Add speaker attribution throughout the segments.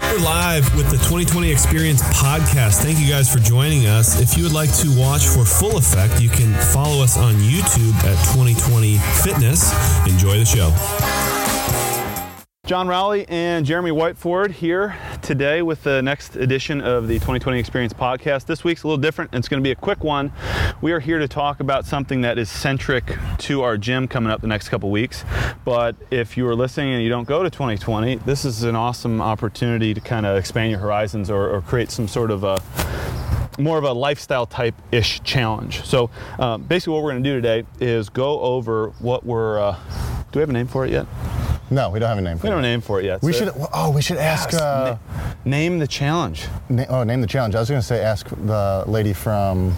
Speaker 1: We're live with the 2020 Experience podcast. Thank you guys for joining us. If you would like to watch for full effect, you can follow us on YouTube at 2020 Fitness. Enjoy the show.
Speaker 2: John Rowley and Jeremy Whiteford here today with the next edition of the 2020 Experience podcast. This week's a little different. and It's going to be a quick one. We are here to talk about something that is centric to our gym coming up the next couple weeks. But if you are listening and you don't go to 2020, this is an awesome opportunity to kind of expand your horizons or, or create some sort of a more of a lifestyle type ish challenge. So um, basically, what we're going to do today is go over what we're. Uh, do we have a name for it yet?
Speaker 3: No, we don't have a name for
Speaker 2: We
Speaker 3: it.
Speaker 2: don't have a name for it yet.
Speaker 3: We
Speaker 2: so-
Speaker 3: should. Oh, we should ask. Uh,
Speaker 2: Name the challenge.
Speaker 3: na- oh, name the challenge. I was gonna say ask the lady from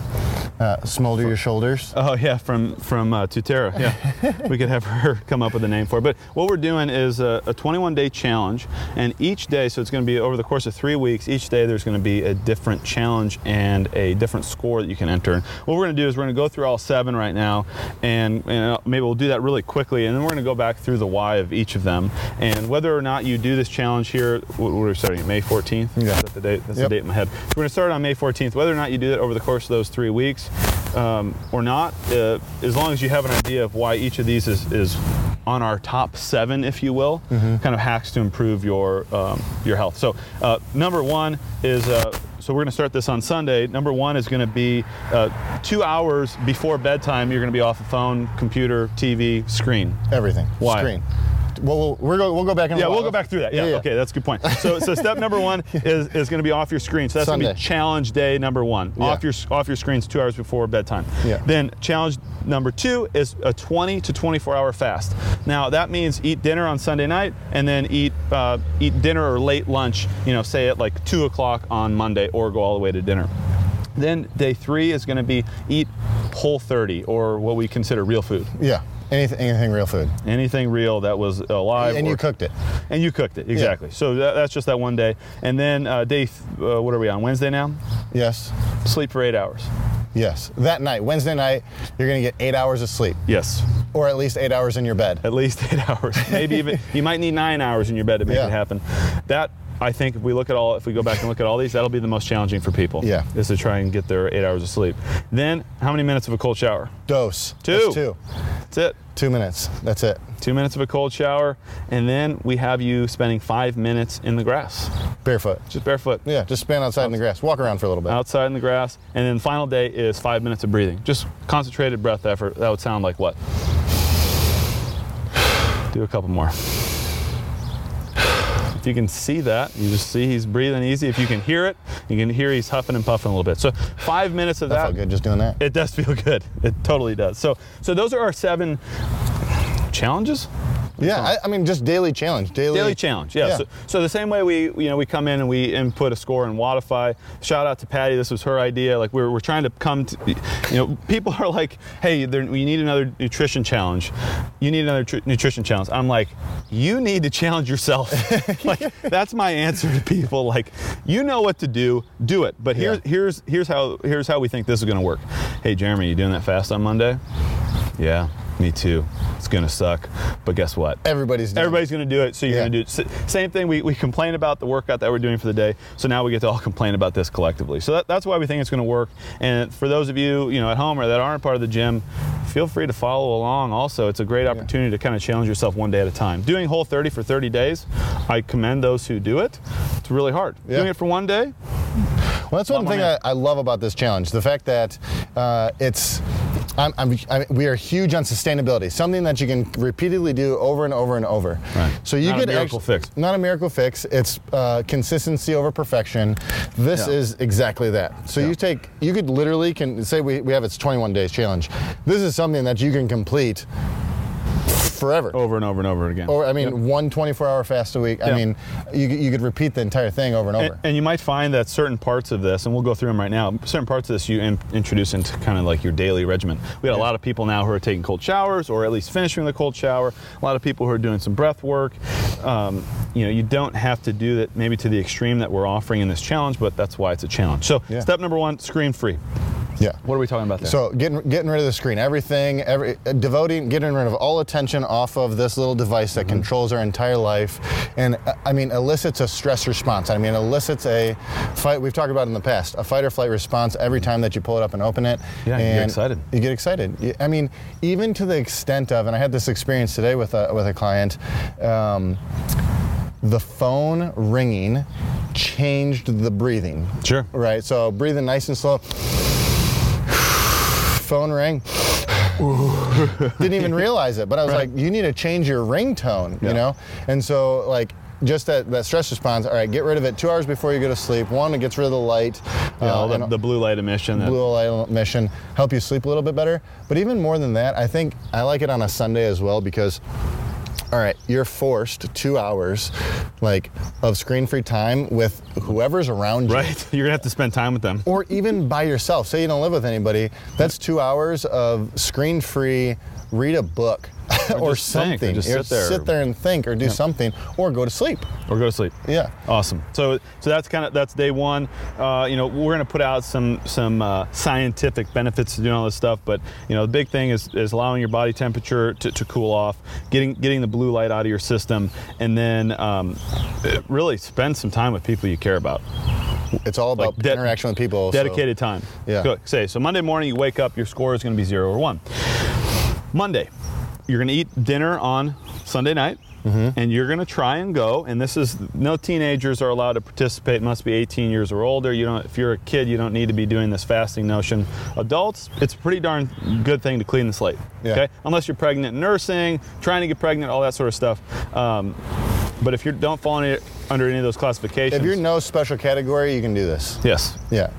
Speaker 3: uh, Smolder Your Shoulders.
Speaker 2: Oh yeah, from from uh, Tutera. Yeah, we could have her come up with a name for it. But what we're doing is a, a 21-day challenge, and each day, so it's going to be over the course of three weeks. Each day, there's going to be a different challenge and a different score that you can enter. What we're going to do is we're going to go through all seven right now, and, and uh, maybe we'll do that really quickly, and then we're going to go back through the why of each of them, and whether or not you do this challenge here. What what are we starting? May 14th.
Speaker 3: Yeah.
Speaker 2: Is that the date? That's
Speaker 3: Yep.
Speaker 2: the date in my head. So we're going to start on May 14th. Whether or not you do that over the course of those three weeks um, or not, uh, as long as you have an idea of why each of these is, is on our top seven, if you will, kind of hacks to improve your um, your health. So uh, number one is. Uh, so we're going to start this on Sunday. Number one is going to be uh, two hours before bedtime. You're going to be off the phone, computer, TV, screen.
Speaker 3: Everything.
Speaker 2: Why?
Speaker 3: Screen. Well, we'll we're go, we'll go back. in a
Speaker 2: Yeah,
Speaker 3: while.
Speaker 2: we'll go back through that. Yeah,
Speaker 3: Yeah, yeah.
Speaker 2: okay, that's a good point. So, so step number one is, is going to be off your screen. So that's going to be
Speaker 3: Sunday.
Speaker 2: challenge day number one. Off
Speaker 3: Yeah.
Speaker 2: your off your screens two hours before bedtime.
Speaker 3: Yeah.
Speaker 2: Then challenge number two is a 20 to 24 hour fast. Now that means eat dinner on Sunday night and then eat uh, eat dinner or late lunch. You know, say at like two o'clock on Monday, or go all the way to dinner. Then day three is going to be eat whole 30 or what we consider real food.
Speaker 3: Yeah. Anything, anything real food.
Speaker 2: Anything real that was alive.
Speaker 3: and you
Speaker 2: or-
Speaker 3: cooked it.
Speaker 2: and you cooked it exactly. So that, that's just that one day, and then uh, day. Th- uh, what are we on Wednesday now?
Speaker 3: Yes.
Speaker 2: Sleep for eight hours.
Speaker 3: Yes. That night, Wednesday night, you're gonna get eight hours of sleep,
Speaker 2: Yes,
Speaker 3: or at least eight hours in your bed.
Speaker 2: at least eight hours. Maybe even you might need nine hours in your bed to make
Speaker 3: Yeah.
Speaker 2: it happen. That I think if we look at all, if we go back and look at all these, that'll be the most challenging for people.
Speaker 3: Yeah.
Speaker 2: is to try and get their eight hours of sleep. Then how many minutes of a cold shower?
Speaker 3: Dose.
Speaker 2: Two.
Speaker 3: That's two.
Speaker 2: That's it.
Speaker 3: Two minutes. That's it.
Speaker 2: Two minutes of a cold shower, and then we have you spending five minutes in the grass,
Speaker 3: Barefoot.
Speaker 2: just barefoot.
Speaker 3: Yeah. Just stand outside in the grass. Walk around for a little bit.
Speaker 2: outside in the grass, and then final day is five minutes of breathing. Just concentrated breath effort. That would sound like what? Do a couple more. If you can see that, you just see he's breathing easy. If you can hear it, you can hear he's huffing and puffing a little bit. So five minutes of
Speaker 3: That
Speaker 2: that.
Speaker 3: felt good just doing that.
Speaker 2: It does feel good. It totally does. So so those are our seven challenges.
Speaker 3: yeah. I, I mean, just daily challenge. Daily.
Speaker 2: Daily challenge, yeah.
Speaker 3: Yeah.
Speaker 2: So, so the same way we, you know, we come in and we input a score in Wattify. Shout out to Patty. This was her idea. Like we're, we're trying to come to, you know, people are like, hey, there, we need another nutrition challenge. You need another tr- nutrition challenge. I'm like, you need to challenge yourself. like that's my answer to people. Like, you know what to do, do it. But here's
Speaker 3: Yeah.
Speaker 2: here's here's how here's how we think this is going to work. Hey, Jeremy, you doing that fast on Monday? Yeah, me too. It's gonna suck, but guess what?
Speaker 3: Everybody's. Doing
Speaker 2: Everybody's going to do it, so you're
Speaker 3: Yeah.
Speaker 2: going to do it. S- Same thing, we, we complain about the workout that we're doing for the day, so now we get to all complain about this collectively. So that, that's why we think it's going to work. And for those of you, you know, at home or that aren't part of the gym, feel free to follow along also. It's a great opportunity to kind of challenge yourself one day at a time. Doing Whole 30 for 30 days, I commend those who do it. It's really hard.
Speaker 3: Yeah.
Speaker 2: Doing it for one day,
Speaker 3: Well, that's one
Speaker 2: Lot more
Speaker 3: thing I,
Speaker 2: man.
Speaker 3: I love about this challenge the fact that uh, it's. I'm, I'm, i we are huge on sustainability, something that you can repeatedly do over and over and over.
Speaker 2: Right.
Speaker 3: So you
Speaker 2: Not a
Speaker 3: could
Speaker 2: miracle
Speaker 3: actu-
Speaker 2: fix.
Speaker 3: Not a miracle fix. It's uh, consistency over perfection. This
Speaker 2: Yeah.
Speaker 3: is exactly that. So
Speaker 2: Yeah.
Speaker 3: you take, you could literally can say we, we have its 21 days challenge. This is something that you can complete forever.
Speaker 2: over and over and over again.
Speaker 3: Or I mean, one 24-hour fast a week.
Speaker 2: Oh. Yeah.
Speaker 3: I mean, you, you could repeat the entire thing over and over.
Speaker 2: And, and you might find that certain parts of this, and we'll go through them right now, certain parts of this you in, introduce into kind of like your daily regimen. We had a lot of people now who are taking cold showers or at least finishing the cold shower, a lot of people who are doing some breath work. Um, you know, you don't have to do that maybe to the extreme that we're offering in this challenge, but that's why it's a challenge. So,
Speaker 3: Yeah.
Speaker 2: step number one screen free.
Speaker 3: Yeah.
Speaker 2: What are we talking about there?
Speaker 3: So getting getting rid of the screen, everything, every uh, devoting, getting rid of all attention off of this little device
Speaker 2: Mm-hmm.
Speaker 3: that controls our entire life, and uh, I mean elicits a stress response. I mean elicits a fight. We've talked about in the past a fight or flight response every time that you pull it up and open it.
Speaker 2: Yeah, you get
Speaker 3: and
Speaker 2: excited.
Speaker 3: You get excited. You- I mean, even to the extent of, and I had this experience today with a with a client. Um, the phone ringing changed the breathing.
Speaker 2: Sure.
Speaker 3: Right. So breathing nice and slow. Phone ring. Didn't even realize it, but I was like, you need to change your ringtone, you
Speaker 2: Yeah.
Speaker 3: know? And so, like, just that, that stress response. All right, get rid of it two hours before you go to sleep. One, it gets rid of the light,
Speaker 2: Yeah,
Speaker 3: uh,
Speaker 2: all the,
Speaker 3: and
Speaker 2: the blue light emission. that-
Speaker 3: blue light emission, help you sleep a little bit better. But even more than that, I think I like it on a Sunday as well because all right, you're forced two hours like of screen free time with whoever's around you.
Speaker 2: right. You're gonna have to spend time with them.
Speaker 3: Or even by yourself. Say you don't live with anybody, that's two hours of screen free, read a book or,
Speaker 2: just think, or
Speaker 3: something.
Speaker 2: just
Speaker 3: Or
Speaker 2: sit there.
Speaker 3: sit there and think or do something or go to sleep.
Speaker 2: Or go to sleep.
Speaker 3: Yeah.
Speaker 2: Awesome. So so that's kind of that's day one. Uh, you know, we're going to put out some some uh, scientific benefits to doing all this stuff, but you know, the big thing is is allowing your body temperature to, to cool off, getting getting the blue light out of your system, and then um, really spend some time with people you care about.
Speaker 3: It's all about
Speaker 2: Like de-
Speaker 3: interaction with people. so-
Speaker 2: Dedicated time.
Speaker 3: Yeah.
Speaker 2: Go- Say so. Monday morning, you wake up, your score is going to be zero or one. Monday, you're going to eat dinner on Sunday night,
Speaker 3: Mm-hmm.
Speaker 2: and you're going to try and go. And this is no teenagers are allowed to participate. Must be 18 years or older. You don't. If you're a kid, you don't need to be doing this fasting notion. Adults, it's a pretty darn good thing to clean the slate.
Speaker 3: Yeah.
Speaker 2: Okay. Unless you're pregnant, nursing, trying to get pregnant, all that sort of stuff. Um, but if you don't fall any, under any of those classifications,
Speaker 3: If you're no special category, you can do this.
Speaker 2: yes,
Speaker 3: Yeah.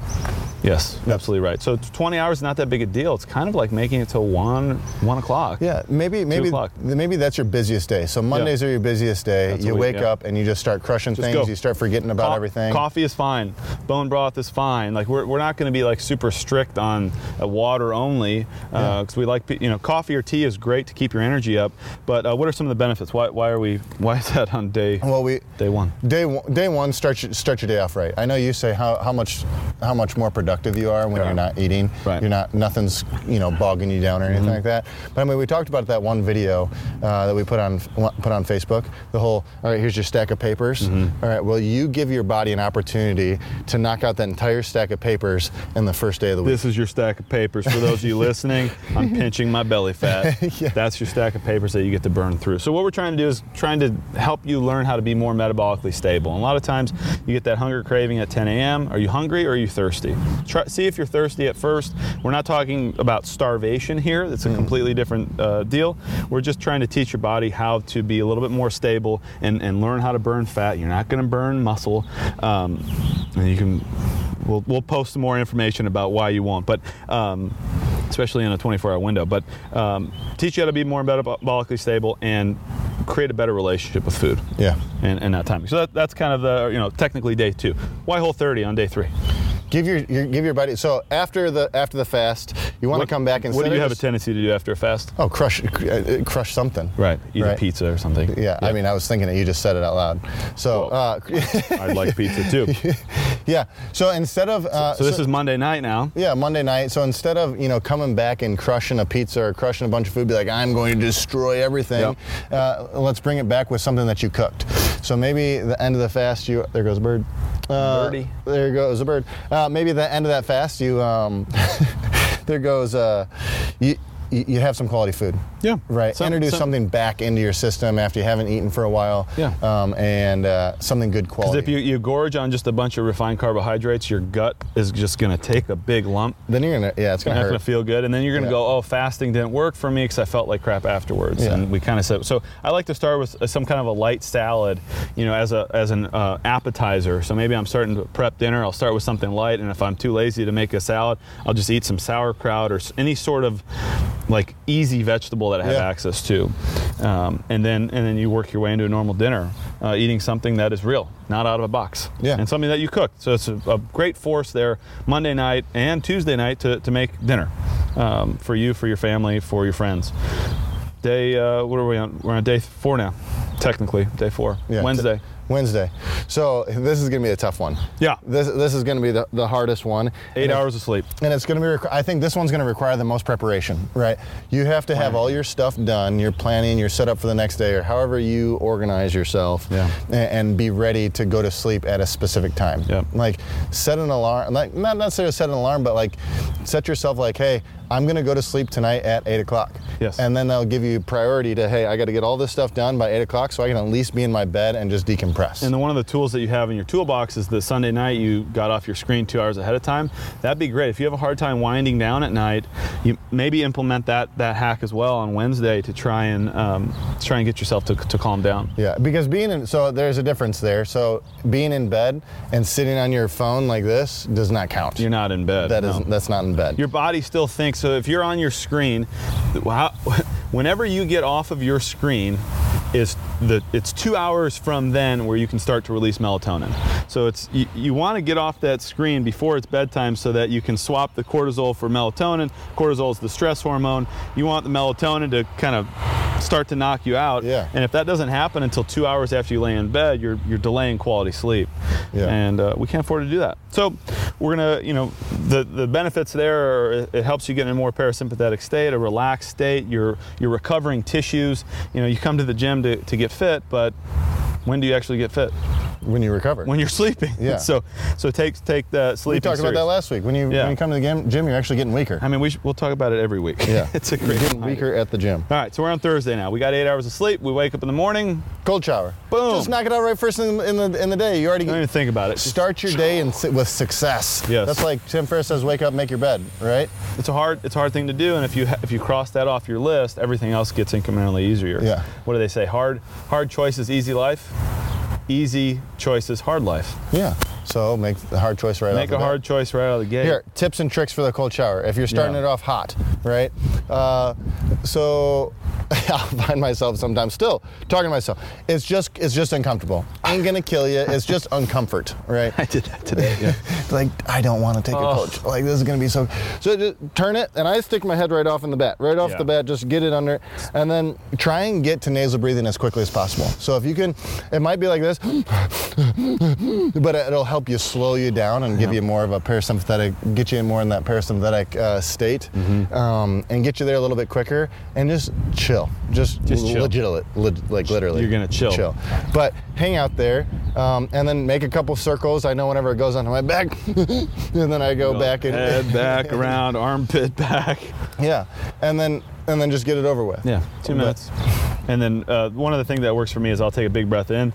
Speaker 2: Yes, absolutely right. So it's 20 hours is not that big a deal. It's kind of like making it till one one o'clock.
Speaker 3: Yeah, maybe maybe
Speaker 2: o'clock.
Speaker 3: th- maybe that's your busiest day. So Mondays are your busiest day.
Speaker 2: That's a
Speaker 3: you
Speaker 2: week,
Speaker 3: wake
Speaker 2: yeah.
Speaker 3: up and you just start crushing
Speaker 2: Just
Speaker 3: things.
Speaker 2: go.
Speaker 3: You start forgetting about
Speaker 2: Co-
Speaker 3: everything.
Speaker 2: Coffee is fine. Bone broth is fine. Like we're, we're not going to be like super strict on uh, water only because we like pe- you know coffee or tea is great to keep your energy up. But uh, what are some of the benefits? Why, why are we why is that on day
Speaker 3: Well, we
Speaker 2: day one?
Speaker 3: day one, day one start your, start your day off right. I know you say how, how much how much more productive you are when
Speaker 2: Yeah.
Speaker 3: you're not eating.
Speaker 2: Right. Mm-hmm.
Speaker 3: You're not nothing's you know bogging you down or anything like that. But I mean, we talked about that one video uh, that we put on put on Facebook. The whole all right, here's your stack of papers.
Speaker 2: Mm-hmm.
Speaker 3: All right, well you give your body an opportunity to knock out that entire stack of papers in the first day of the week.
Speaker 2: This is your stack of papers. For those of you listening, I'm pinching my belly fat. That's your stack of papers that you get to burn through. So what we're trying to do is trying to help you learn how to be more metabolically stable. And a lot of times you get that hunger craving at 10 a.m. Are you hungry or are you thirsty? Try, see if you're thirsty at first. We're not talking about starvation here. That's a completely different uh, deal. We're just trying to teach your body how to be a little bit more stable and, and learn how to burn fat. You're not going to burn muscle. Um, and you can we'll, we'll post some more information about why you won't, but um, especially in a 24 hour window. But um, teach you how to be more metabolically stable and create a better relationship with food.
Speaker 3: Yeah.
Speaker 2: And, and that timing. So that, that's kind of the, you know, technically day two. Why whole 30 on day three?
Speaker 3: Give your, your give your body. So after the after the fast, you want to come back and.
Speaker 2: What do you have a tendency to do after a fast?
Speaker 3: Oh, crush uh, crush something.
Speaker 2: Right. Eat
Speaker 3: Right.
Speaker 2: a pizza or something.
Speaker 3: Yeah, I mean, I was thinking that you just said it out loud. So,
Speaker 2: Well-
Speaker 3: uh,
Speaker 2: I'd like pizza too.
Speaker 3: yeah. So instead of uh,
Speaker 2: So this is Monday night now.
Speaker 3: yeah Monday night. So instead of you know coming back and crushing a pizza or crushing a bunch of food, be like I'm going to destroy everything. Uh, let's bring it back with something that you cooked. So maybe the end of the fast, you there goes a bird. Uh,
Speaker 2: Birdie.
Speaker 3: There goes a bird. Uh, maybe the end of that fast, you um, there goes uh, you. You you have some quality food.
Speaker 2: Yeah.
Speaker 3: Right.
Speaker 2: Some-
Speaker 3: Introduce
Speaker 2: some-
Speaker 3: something back into your system after you haven't eaten for a while.
Speaker 2: Yeah.
Speaker 3: Um, and uh, something good quality.
Speaker 2: Because if you, you gorge on just a bunch of refined carbohydrates, your gut is just going to take a big lump
Speaker 3: then you're gonna yeah, it's
Speaker 2: You're
Speaker 3: gonna
Speaker 2: not
Speaker 3: hurt.
Speaker 2: going to feel good. And then you're going to
Speaker 3: Yeah.
Speaker 2: go, oh, fasting didn't work for me because I felt like crap afterwards.
Speaker 3: Yeah.
Speaker 2: And we kind of said, so I like to start with uh, some kind of a light salad, you know, as, a, as an uh, appetizer. So maybe I'm starting to prep dinner. I'll start with something light. And if I'm too lazy to make a salad, I'll just eat some sauerkraut or s- any sort of like easy vegetable that I have
Speaker 3: Yeah.
Speaker 2: access to. Um, and then and then you work your way into a normal dinner, uh, eating something that is real, not out of a box.
Speaker 3: Yeah.
Speaker 2: And something that you cook. So it's a, a great force there Monday night and Tuesday night to, to make dinner um, for you, for your family, for your friends. Day, uh, what are we on? We're on day four now, technically, day four.
Speaker 3: Yeah,
Speaker 2: Wednesday.
Speaker 3: t- Wednesday. So this is going to be a tough one.
Speaker 2: Yeah.
Speaker 3: This this is going to be the, the hardest one.
Speaker 2: Eight
Speaker 3: And it-
Speaker 2: hours of sleep.
Speaker 3: and it's going to be. Requ- I think this one's going to require the most preparation, right? You have to have all your stuff done, your planning, your setup for the next day, or however you organize yourself,
Speaker 2: Yeah.
Speaker 3: a- and, be ready to go to sleep at a specific time.
Speaker 2: Yeah.
Speaker 3: Like set an alarm, like not necessarily set an alarm, but like set yourself like, hey, I'm going to go to sleep tonight at eight o'clock.
Speaker 2: Yes.
Speaker 3: And then they'll give you priority to, hey, I got to get all this stuff done by eight o'clock, so I can at least be in my bed and just decompress.
Speaker 2: And then one of the tools that you have in your toolbox is that Sunday night you got off your screen two hours ahead of time. That'd be great. If you have a hard time winding down at night, you maybe implement that that hack as well on Wednesday to try and um, try and get yourself to, to calm down.
Speaker 3: Yeah, because being in so there's a difference there. So being in bed and sitting on your phone like this does not count.
Speaker 2: You're not in bed.
Speaker 3: That
Speaker 2: no.
Speaker 3: is- that's not in bed.
Speaker 2: your body still thinks. So if you're on your screen, how, whenever you get off of your screen, is the it's two hours from then where you can start to release melatonin. So it's you, you want to get off that screen before it's bedtime so that you can swap the cortisol for melatonin. Cortisol is the stress hormone. You want the melatonin to kind of start to knock you out.
Speaker 3: Yeah.
Speaker 2: And if that doesn't happen until two hours after you lay in bed, you're you're delaying quality sleep.
Speaker 3: Yeah.
Speaker 2: And uh, we can't afford to do that. So we're gonna, you know, the the benefits there are it- it helps you get in a more parasympathetic state, a relaxed state. You're you're recovering tissues. You know, you come to the gym to, to get fit, but when do you actually get fit?
Speaker 3: when you recover.
Speaker 2: When you're sleeping.
Speaker 3: Yeah.
Speaker 2: So so take take the sleep.
Speaker 3: we talked about that last week. When you
Speaker 2: Yeah.
Speaker 3: when you come to the game, gym, you're actually getting weaker.
Speaker 2: I mean, we should, we'll talk about it every week.
Speaker 3: yeah,
Speaker 2: it's a
Speaker 3: You're
Speaker 2: great.
Speaker 3: getting
Speaker 2: reminder.
Speaker 3: weaker at the gym.
Speaker 2: All right, so we're on Thursday now. We got eight hours of sleep. We wake up in the morning.
Speaker 3: Cold shower.
Speaker 2: Boom.
Speaker 3: Just knock it out right first in, in the in the day. You already
Speaker 2: Don't even think about it. Just-
Speaker 3: start your day and sit with success.
Speaker 2: Yes.
Speaker 3: That's like Tim Ferriss says, wake up, make your bed, right?
Speaker 2: it's a hard it's a hard thing to do and if you ha- if you cross that off your list everything else gets incrementally easier
Speaker 3: Yeah.
Speaker 2: what do they say hard hard choices easy life easy choices hard life
Speaker 3: Yeah. So make the hard choice right off
Speaker 2: make
Speaker 3: the
Speaker 2: a
Speaker 3: bat.
Speaker 2: hard choice right out of the gate
Speaker 3: Here, tips and tricks for the cold shower. If you're starting
Speaker 2: Yeah.
Speaker 3: it off hot, right? Uh, so I'll find myself sometimes still talking to myself. It's just it's just uncomfortable. Ain't gonna kill you. It's just uncomfort, right?
Speaker 2: i did that today yeah.
Speaker 3: like I don't want to take
Speaker 2: Oh.
Speaker 3: a cold. sh- Like this is gonna be so. So just turn it, and I stick my head right off in the bat, right off
Speaker 2: Yeah.
Speaker 3: the bat. Just get it under, and then try and get to nasal breathing as quickly as possible. So if you can, it might be like this, but it'll help you slow you down and give you more of a parasympathetic, get you more in that parasympathetic uh, state,
Speaker 2: Mm-hmm.
Speaker 3: um, and get you there a little bit quicker, and just chill. Just,
Speaker 2: Just chill.
Speaker 3: legit, lit- like literally.
Speaker 2: You're gonna chill.
Speaker 3: Chill. But hang out there, um, and then make a couple circles. I know whenever it goes onto my back, and then I go back and
Speaker 2: head back around armpit back
Speaker 3: yeah, and then and then just get it over with.
Speaker 2: yeah two
Speaker 3: But-
Speaker 2: minutes and then uh, one of the things that works for me is i'll take a big breath in and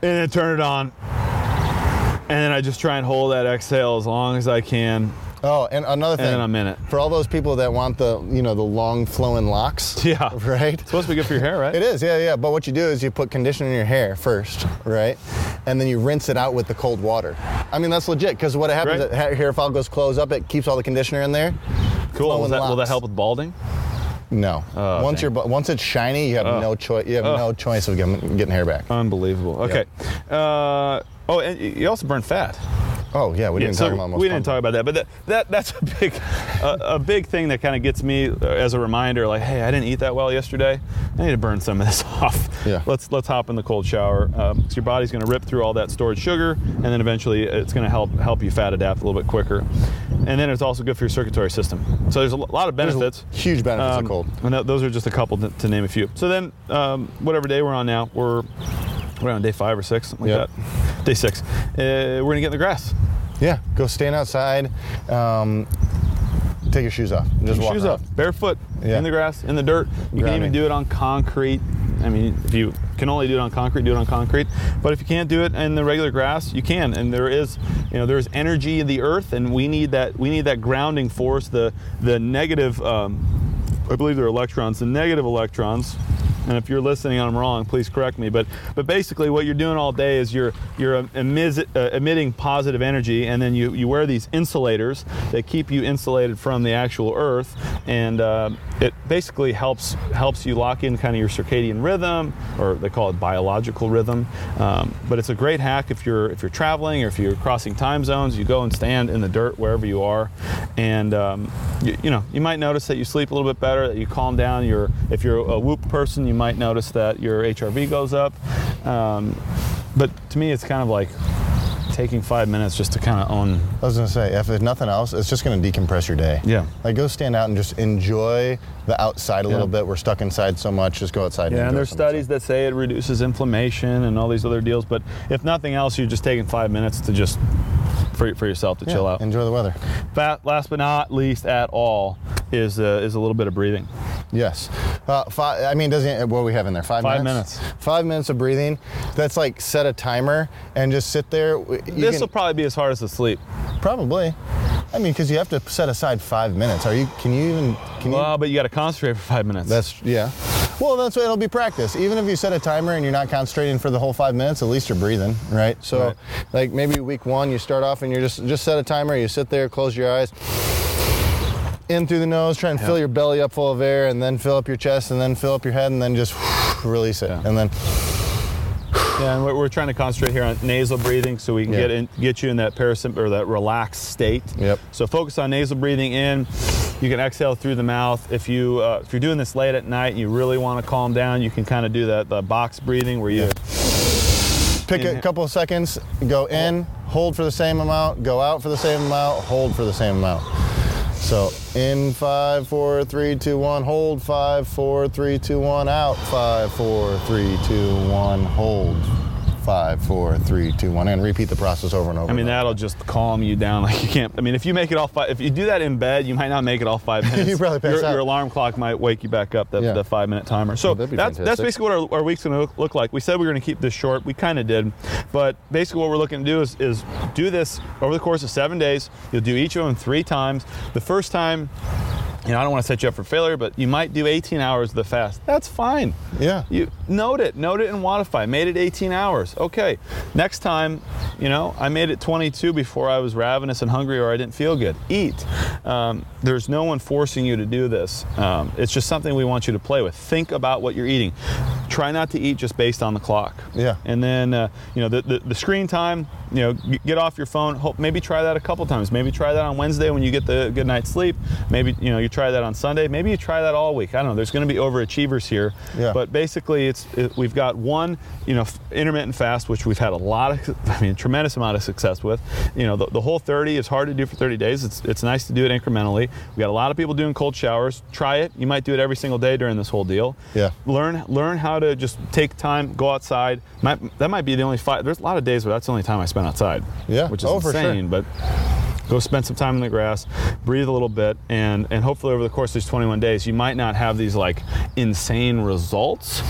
Speaker 2: then turn it on and then i just try and hold that exhale as long as i can
Speaker 3: Oh, and another thing.
Speaker 2: and then i'm in it
Speaker 3: for all those people that want the you know the long flowing locks.
Speaker 2: yeah
Speaker 3: Right.
Speaker 2: it's supposed to be good for your hair right
Speaker 3: It is, yeah, yeah. But what you do is you put conditioner in your hair first, right? And then you rinse it out with the cold water. I mean, that's legit because what happens,
Speaker 2: Right.
Speaker 3: is ha- hair follicles close up, it keeps all the conditioner in there.
Speaker 2: Cool. Will
Speaker 3: flowing
Speaker 2: that, will that
Speaker 3: locks.
Speaker 2: help with balding?
Speaker 3: No.
Speaker 2: Oh,
Speaker 3: once
Speaker 2: dang. Oh.
Speaker 3: your bu- once it's shiny, you have no choice. You have no choice of getting, getting hair back.
Speaker 2: Unbelievable. Okay. Uh, oh, and y- you also burn fat.
Speaker 3: Oh yeah, we didn't
Speaker 2: so
Speaker 3: talk about most.
Speaker 2: we didn't
Speaker 3: fun.
Speaker 2: talk about that, but that, that that's a big a, a big thing that kind of gets me uh, as a reminder. Like, hey, I didn't eat that well yesterday. I need to burn some of this off.
Speaker 3: Yeah.
Speaker 2: Let's let's hop in the cold shower. Um, 'cause your body's going to rip through all that stored sugar, and then eventually it's going to help help you fat adapt a little bit quicker. And then it's also good for your circulatory system. So there's a lo- lot of
Speaker 3: There's
Speaker 2: benefits.
Speaker 3: Huge benefits
Speaker 2: Um,
Speaker 3: of cold.
Speaker 2: and that- those are just a couple to, to name a few. So then, um, whatever day we're on now, we're we're on day five or six, something like
Speaker 3: Yep.
Speaker 2: that. Day six, uh, we're gonna get in the grass.
Speaker 3: Yeah, go stand outside. Um, take your shoes off. and Just walk
Speaker 2: Shoes
Speaker 3: around.
Speaker 2: up, barefoot,
Speaker 3: Yeah.
Speaker 2: in the grass, in the dirt. You can even
Speaker 3: Grounding.
Speaker 2: do it on concrete. I mean, if you can only do it on concrete, do it on concrete. But if you can't do it in the regular grass, you can. And there is, you know, there is energy in the earth, and we need that. We need that grounding force. The the negative. Um, I believe they're electrons, the negative electrons. And if you're listening, and I'm wrong. Please correct me. But but basically, what you're doing all day is you're you're emis- uh, emitting positive energy, and then you, you wear these insulators that keep you insulated from the actual Earth, and uh, it basically helps helps you lock in kind of your circadian rhythm, or they call it biological rhythm. Um, but it's a great hack if you're if you're traveling or if you're crossing time zones. You go and stand in the dirt wherever you are, and um, you, you know you might notice that you sleep a little bit better, that you calm down. Your if you're a Whoop person, you might notice that your HRV goes up. Um, but to me, it's kind of like taking five minutes just to kind of own.
Speaker 3: I was gonna say, if there's nothing else, it's just gonna decompress your day.
Speaker 2: Yeah.
Speaker 3: Like go stand out and just enjoy the outside a little
Speaker 2: Yeah.
Speaker 3: bit. We're stuck inside so much. Just go outside.
Speaker 2: Yeah, and
Speaker 3: enjoy
Speaker 2: there's
Speaker 3: some outside.
Speaker 2: studies that say it reduces inflammation and all these other deals. But if nothing else, you're just taking five minutes to just for, for yourself to
Speaker 3: Yeah,
Speaker 2: chill out.
Speaker 3: Enjoy the weather.
Speaker 2: Fa- last but not least, at all is uh, is a little bit of breathing.
Speaker 3: Yes. Uh, five, I mean, doesn't what do we have in there? Five,
Speaker 2: Five
Speaker 3: minutes.
Speaker 2: minutes.
Speaker 3: Five minutes of breathing. That's like set a timer and just sit there. You
Speaker 2: this
Speaker 3: can- Mm-hmm.
Speaker 2: will probably be as hard as the sleep.
Speaker 3: probably. I mean, because you have to set aside five minutes. Are you? Can you even? Can you?
Speaker 2: Well, but you got to concentrate for five minutes.
Speaker 3: That's yeah. Well, that's what it'll be practice. Even if you set a timer and you're not concentrating for the whole five minutes, at least you're breathing, right? So,
Speaker 2: Right.
Speaker 3: like maybe week one, you start off and you're just just set a timer. You sit there, close your eyes, in through the nose, try and fill your belly up full of air, and then fill up your chest, and then fill up your head, and then just release it,
Speaker 2: Yeah.
Speaker 3: and then
Speaker 2: yeah, and we're, we're trying to concentrate here on nasal breathing so we can
Speaker 3: Yeah.
Speaker 2: get in, get you in that parasymp or that relaxed state.
Speaker 3: Yep.
Speaker 2: So focus on nasal breathing in. You can exhale through the mouth. If you uh, if you're doing this late at night, and you really want to calm down. You can kind of do that the box breathing where you.
Speaker 3: pick a
Speaker 2: Inhale.
Speaker 3: couple of seconds, go in, hold for the same amount, go out for the same amount, hold for the same amount. So in five, four, three, two, one, hold five, four, three, two, one, out five, four, three, two, one, hold five, four, three, two, one, and repeat the process over and over.
Speaker 2: I mean, that'll just calm you down. Like you can't. I mean, if you make it all five, if you do that in bed, you might not make it all five minutes.
Speaker 3: probably pass
Speaker 2: your,
Speaker 3: out.
Speaker 2: your alarm clock might wake you back up. That,
Speaker 3: Yeah.
Speaker 2: the five minute timer. So
Speaker 3: Yeah, that'd be
Speaker 2: that's that's
Speaker 3: fantastic.
Speaker 2: basically what our, our week's going to look, look like. We said we were going to keep this short. We kind of did, but basically what we're looking to do is is do this over the course of seven days. You'll do each of them three times. The first time. You know, I don't want to set you up for failure, but you might do 18 hours of the fast. That's fine.
Speaker 3: Yeah.
Speaker 2: You note it, note it and modify. Made it 18 hours. Okay. Next time, you know, I made it 22 before I was ravenous and hungry or I didn't feel good. Eat. Um, there's no one forcing you to do this. Um, it's just something we want you to play with. Think about what you're eating. Try not to eat just based on the clock.
Speaker 3: Yeah.
Speaker 2: And then, uh, you know, the, the, the screen time, you know, g- get off your phone. Hope, maybe try that a couple times. Maybe try that on Wednesday when you get the good night's sleep. Maybe, you know, you try that on Sunday. Maybe you try that all week. I don't know. There's going to be overachievers here.
Speaker 3: Yeah.
Speaker 2: But basically, it's it, we've got one, you know, f- intermittent fast, which we've had a lot of, I mean, tremendous amount of success with. You know, the, the whole 30 is hard to do for 30 days. It's it's nice to do it incrementally. We got a lot of people doing cold showers. Try it. You might do it every single day during this whole deal.
Speaker 3: Yeah.
Speaker 2: Learn learn how to just take time, go outside. Might, that might be the only five. There's a lot of days where that's the only time I spent outside.
Speaker 3: Yeah.
Speaker 2: Which is
Speaker 3: Oh, for sure.
Speaker 2: insane, but go spend some time in the grass breathe a little bit and and hopefully over the course of these 21 days you might not have these like insane results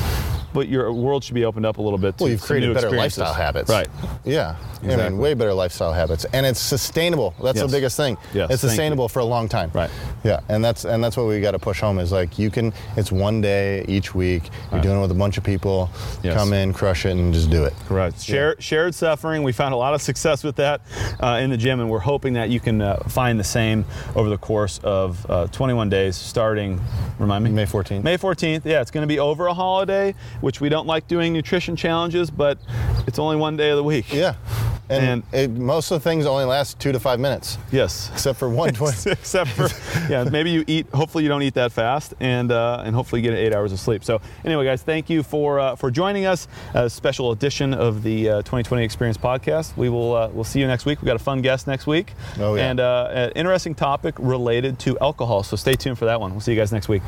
Speaker 2: but your world should be opened up a little bit to
Speaker 3: Well, you've
Speaker 2: some
Speaker 3: created
Speaker 2: new
Speaker 3: better
Speaker 2: experiences.
Speaker 3: lifestyle habits.
Speaker 2: right
Speaker 3: Yeah. I
Speaker 2: Exactly.
Speaker 3: mean, way better lifestyle habits, and it's sustainable. That's
Speaker 2: Yes.
Speaker 3: the biggest thing.
Speaker 2: Yes, thank
Speaker 3: It's
Speaker 2: you.
Speaker 3: sustainable for a long time.
Speaker 2: Right.
Speaker 3: Yeah, and that's and that's what we got to push home is like you can. It's one day each week. You're doing it with a bunch of people.
Speaker 2: Yes.
Speaker 3: Come in, crush it, and just do it.
Speaker 2: Correct. Share, Shared suffering. We found a lot of success with that uh, in the gym, and we're hoping that you can uh, find the same over the course of uh, 21 days, starting, remind me?
Speaker 3: May 14th.
Speaker 2: May 14th. Yeah, it's going to be over a holiday, which we don't like doing nutrition challenges, but it's only one day of the week.
Speaker 3: Yeah, and,
Speaker 2: And-
Speaker 3: it, most of the things only last two to five minutes,
Speaker 2: Yes.
Speaker 3: except for one twenty.
Speaker 2: except for yeah maybe you eat hopefully you don't eat that fast and uh, and hopefully you get eight hours of sleep so anyway guys thank you for uh, for joining us a special edition of the uh, 2020 experience podcast we will uh, we'll see you next week we've got a fun guest next week
Speaker 3: Oh, yeah.
Speaker 2: and uh, an interesting topic related to alcohol so stay tuned for that one we'll see you guys next week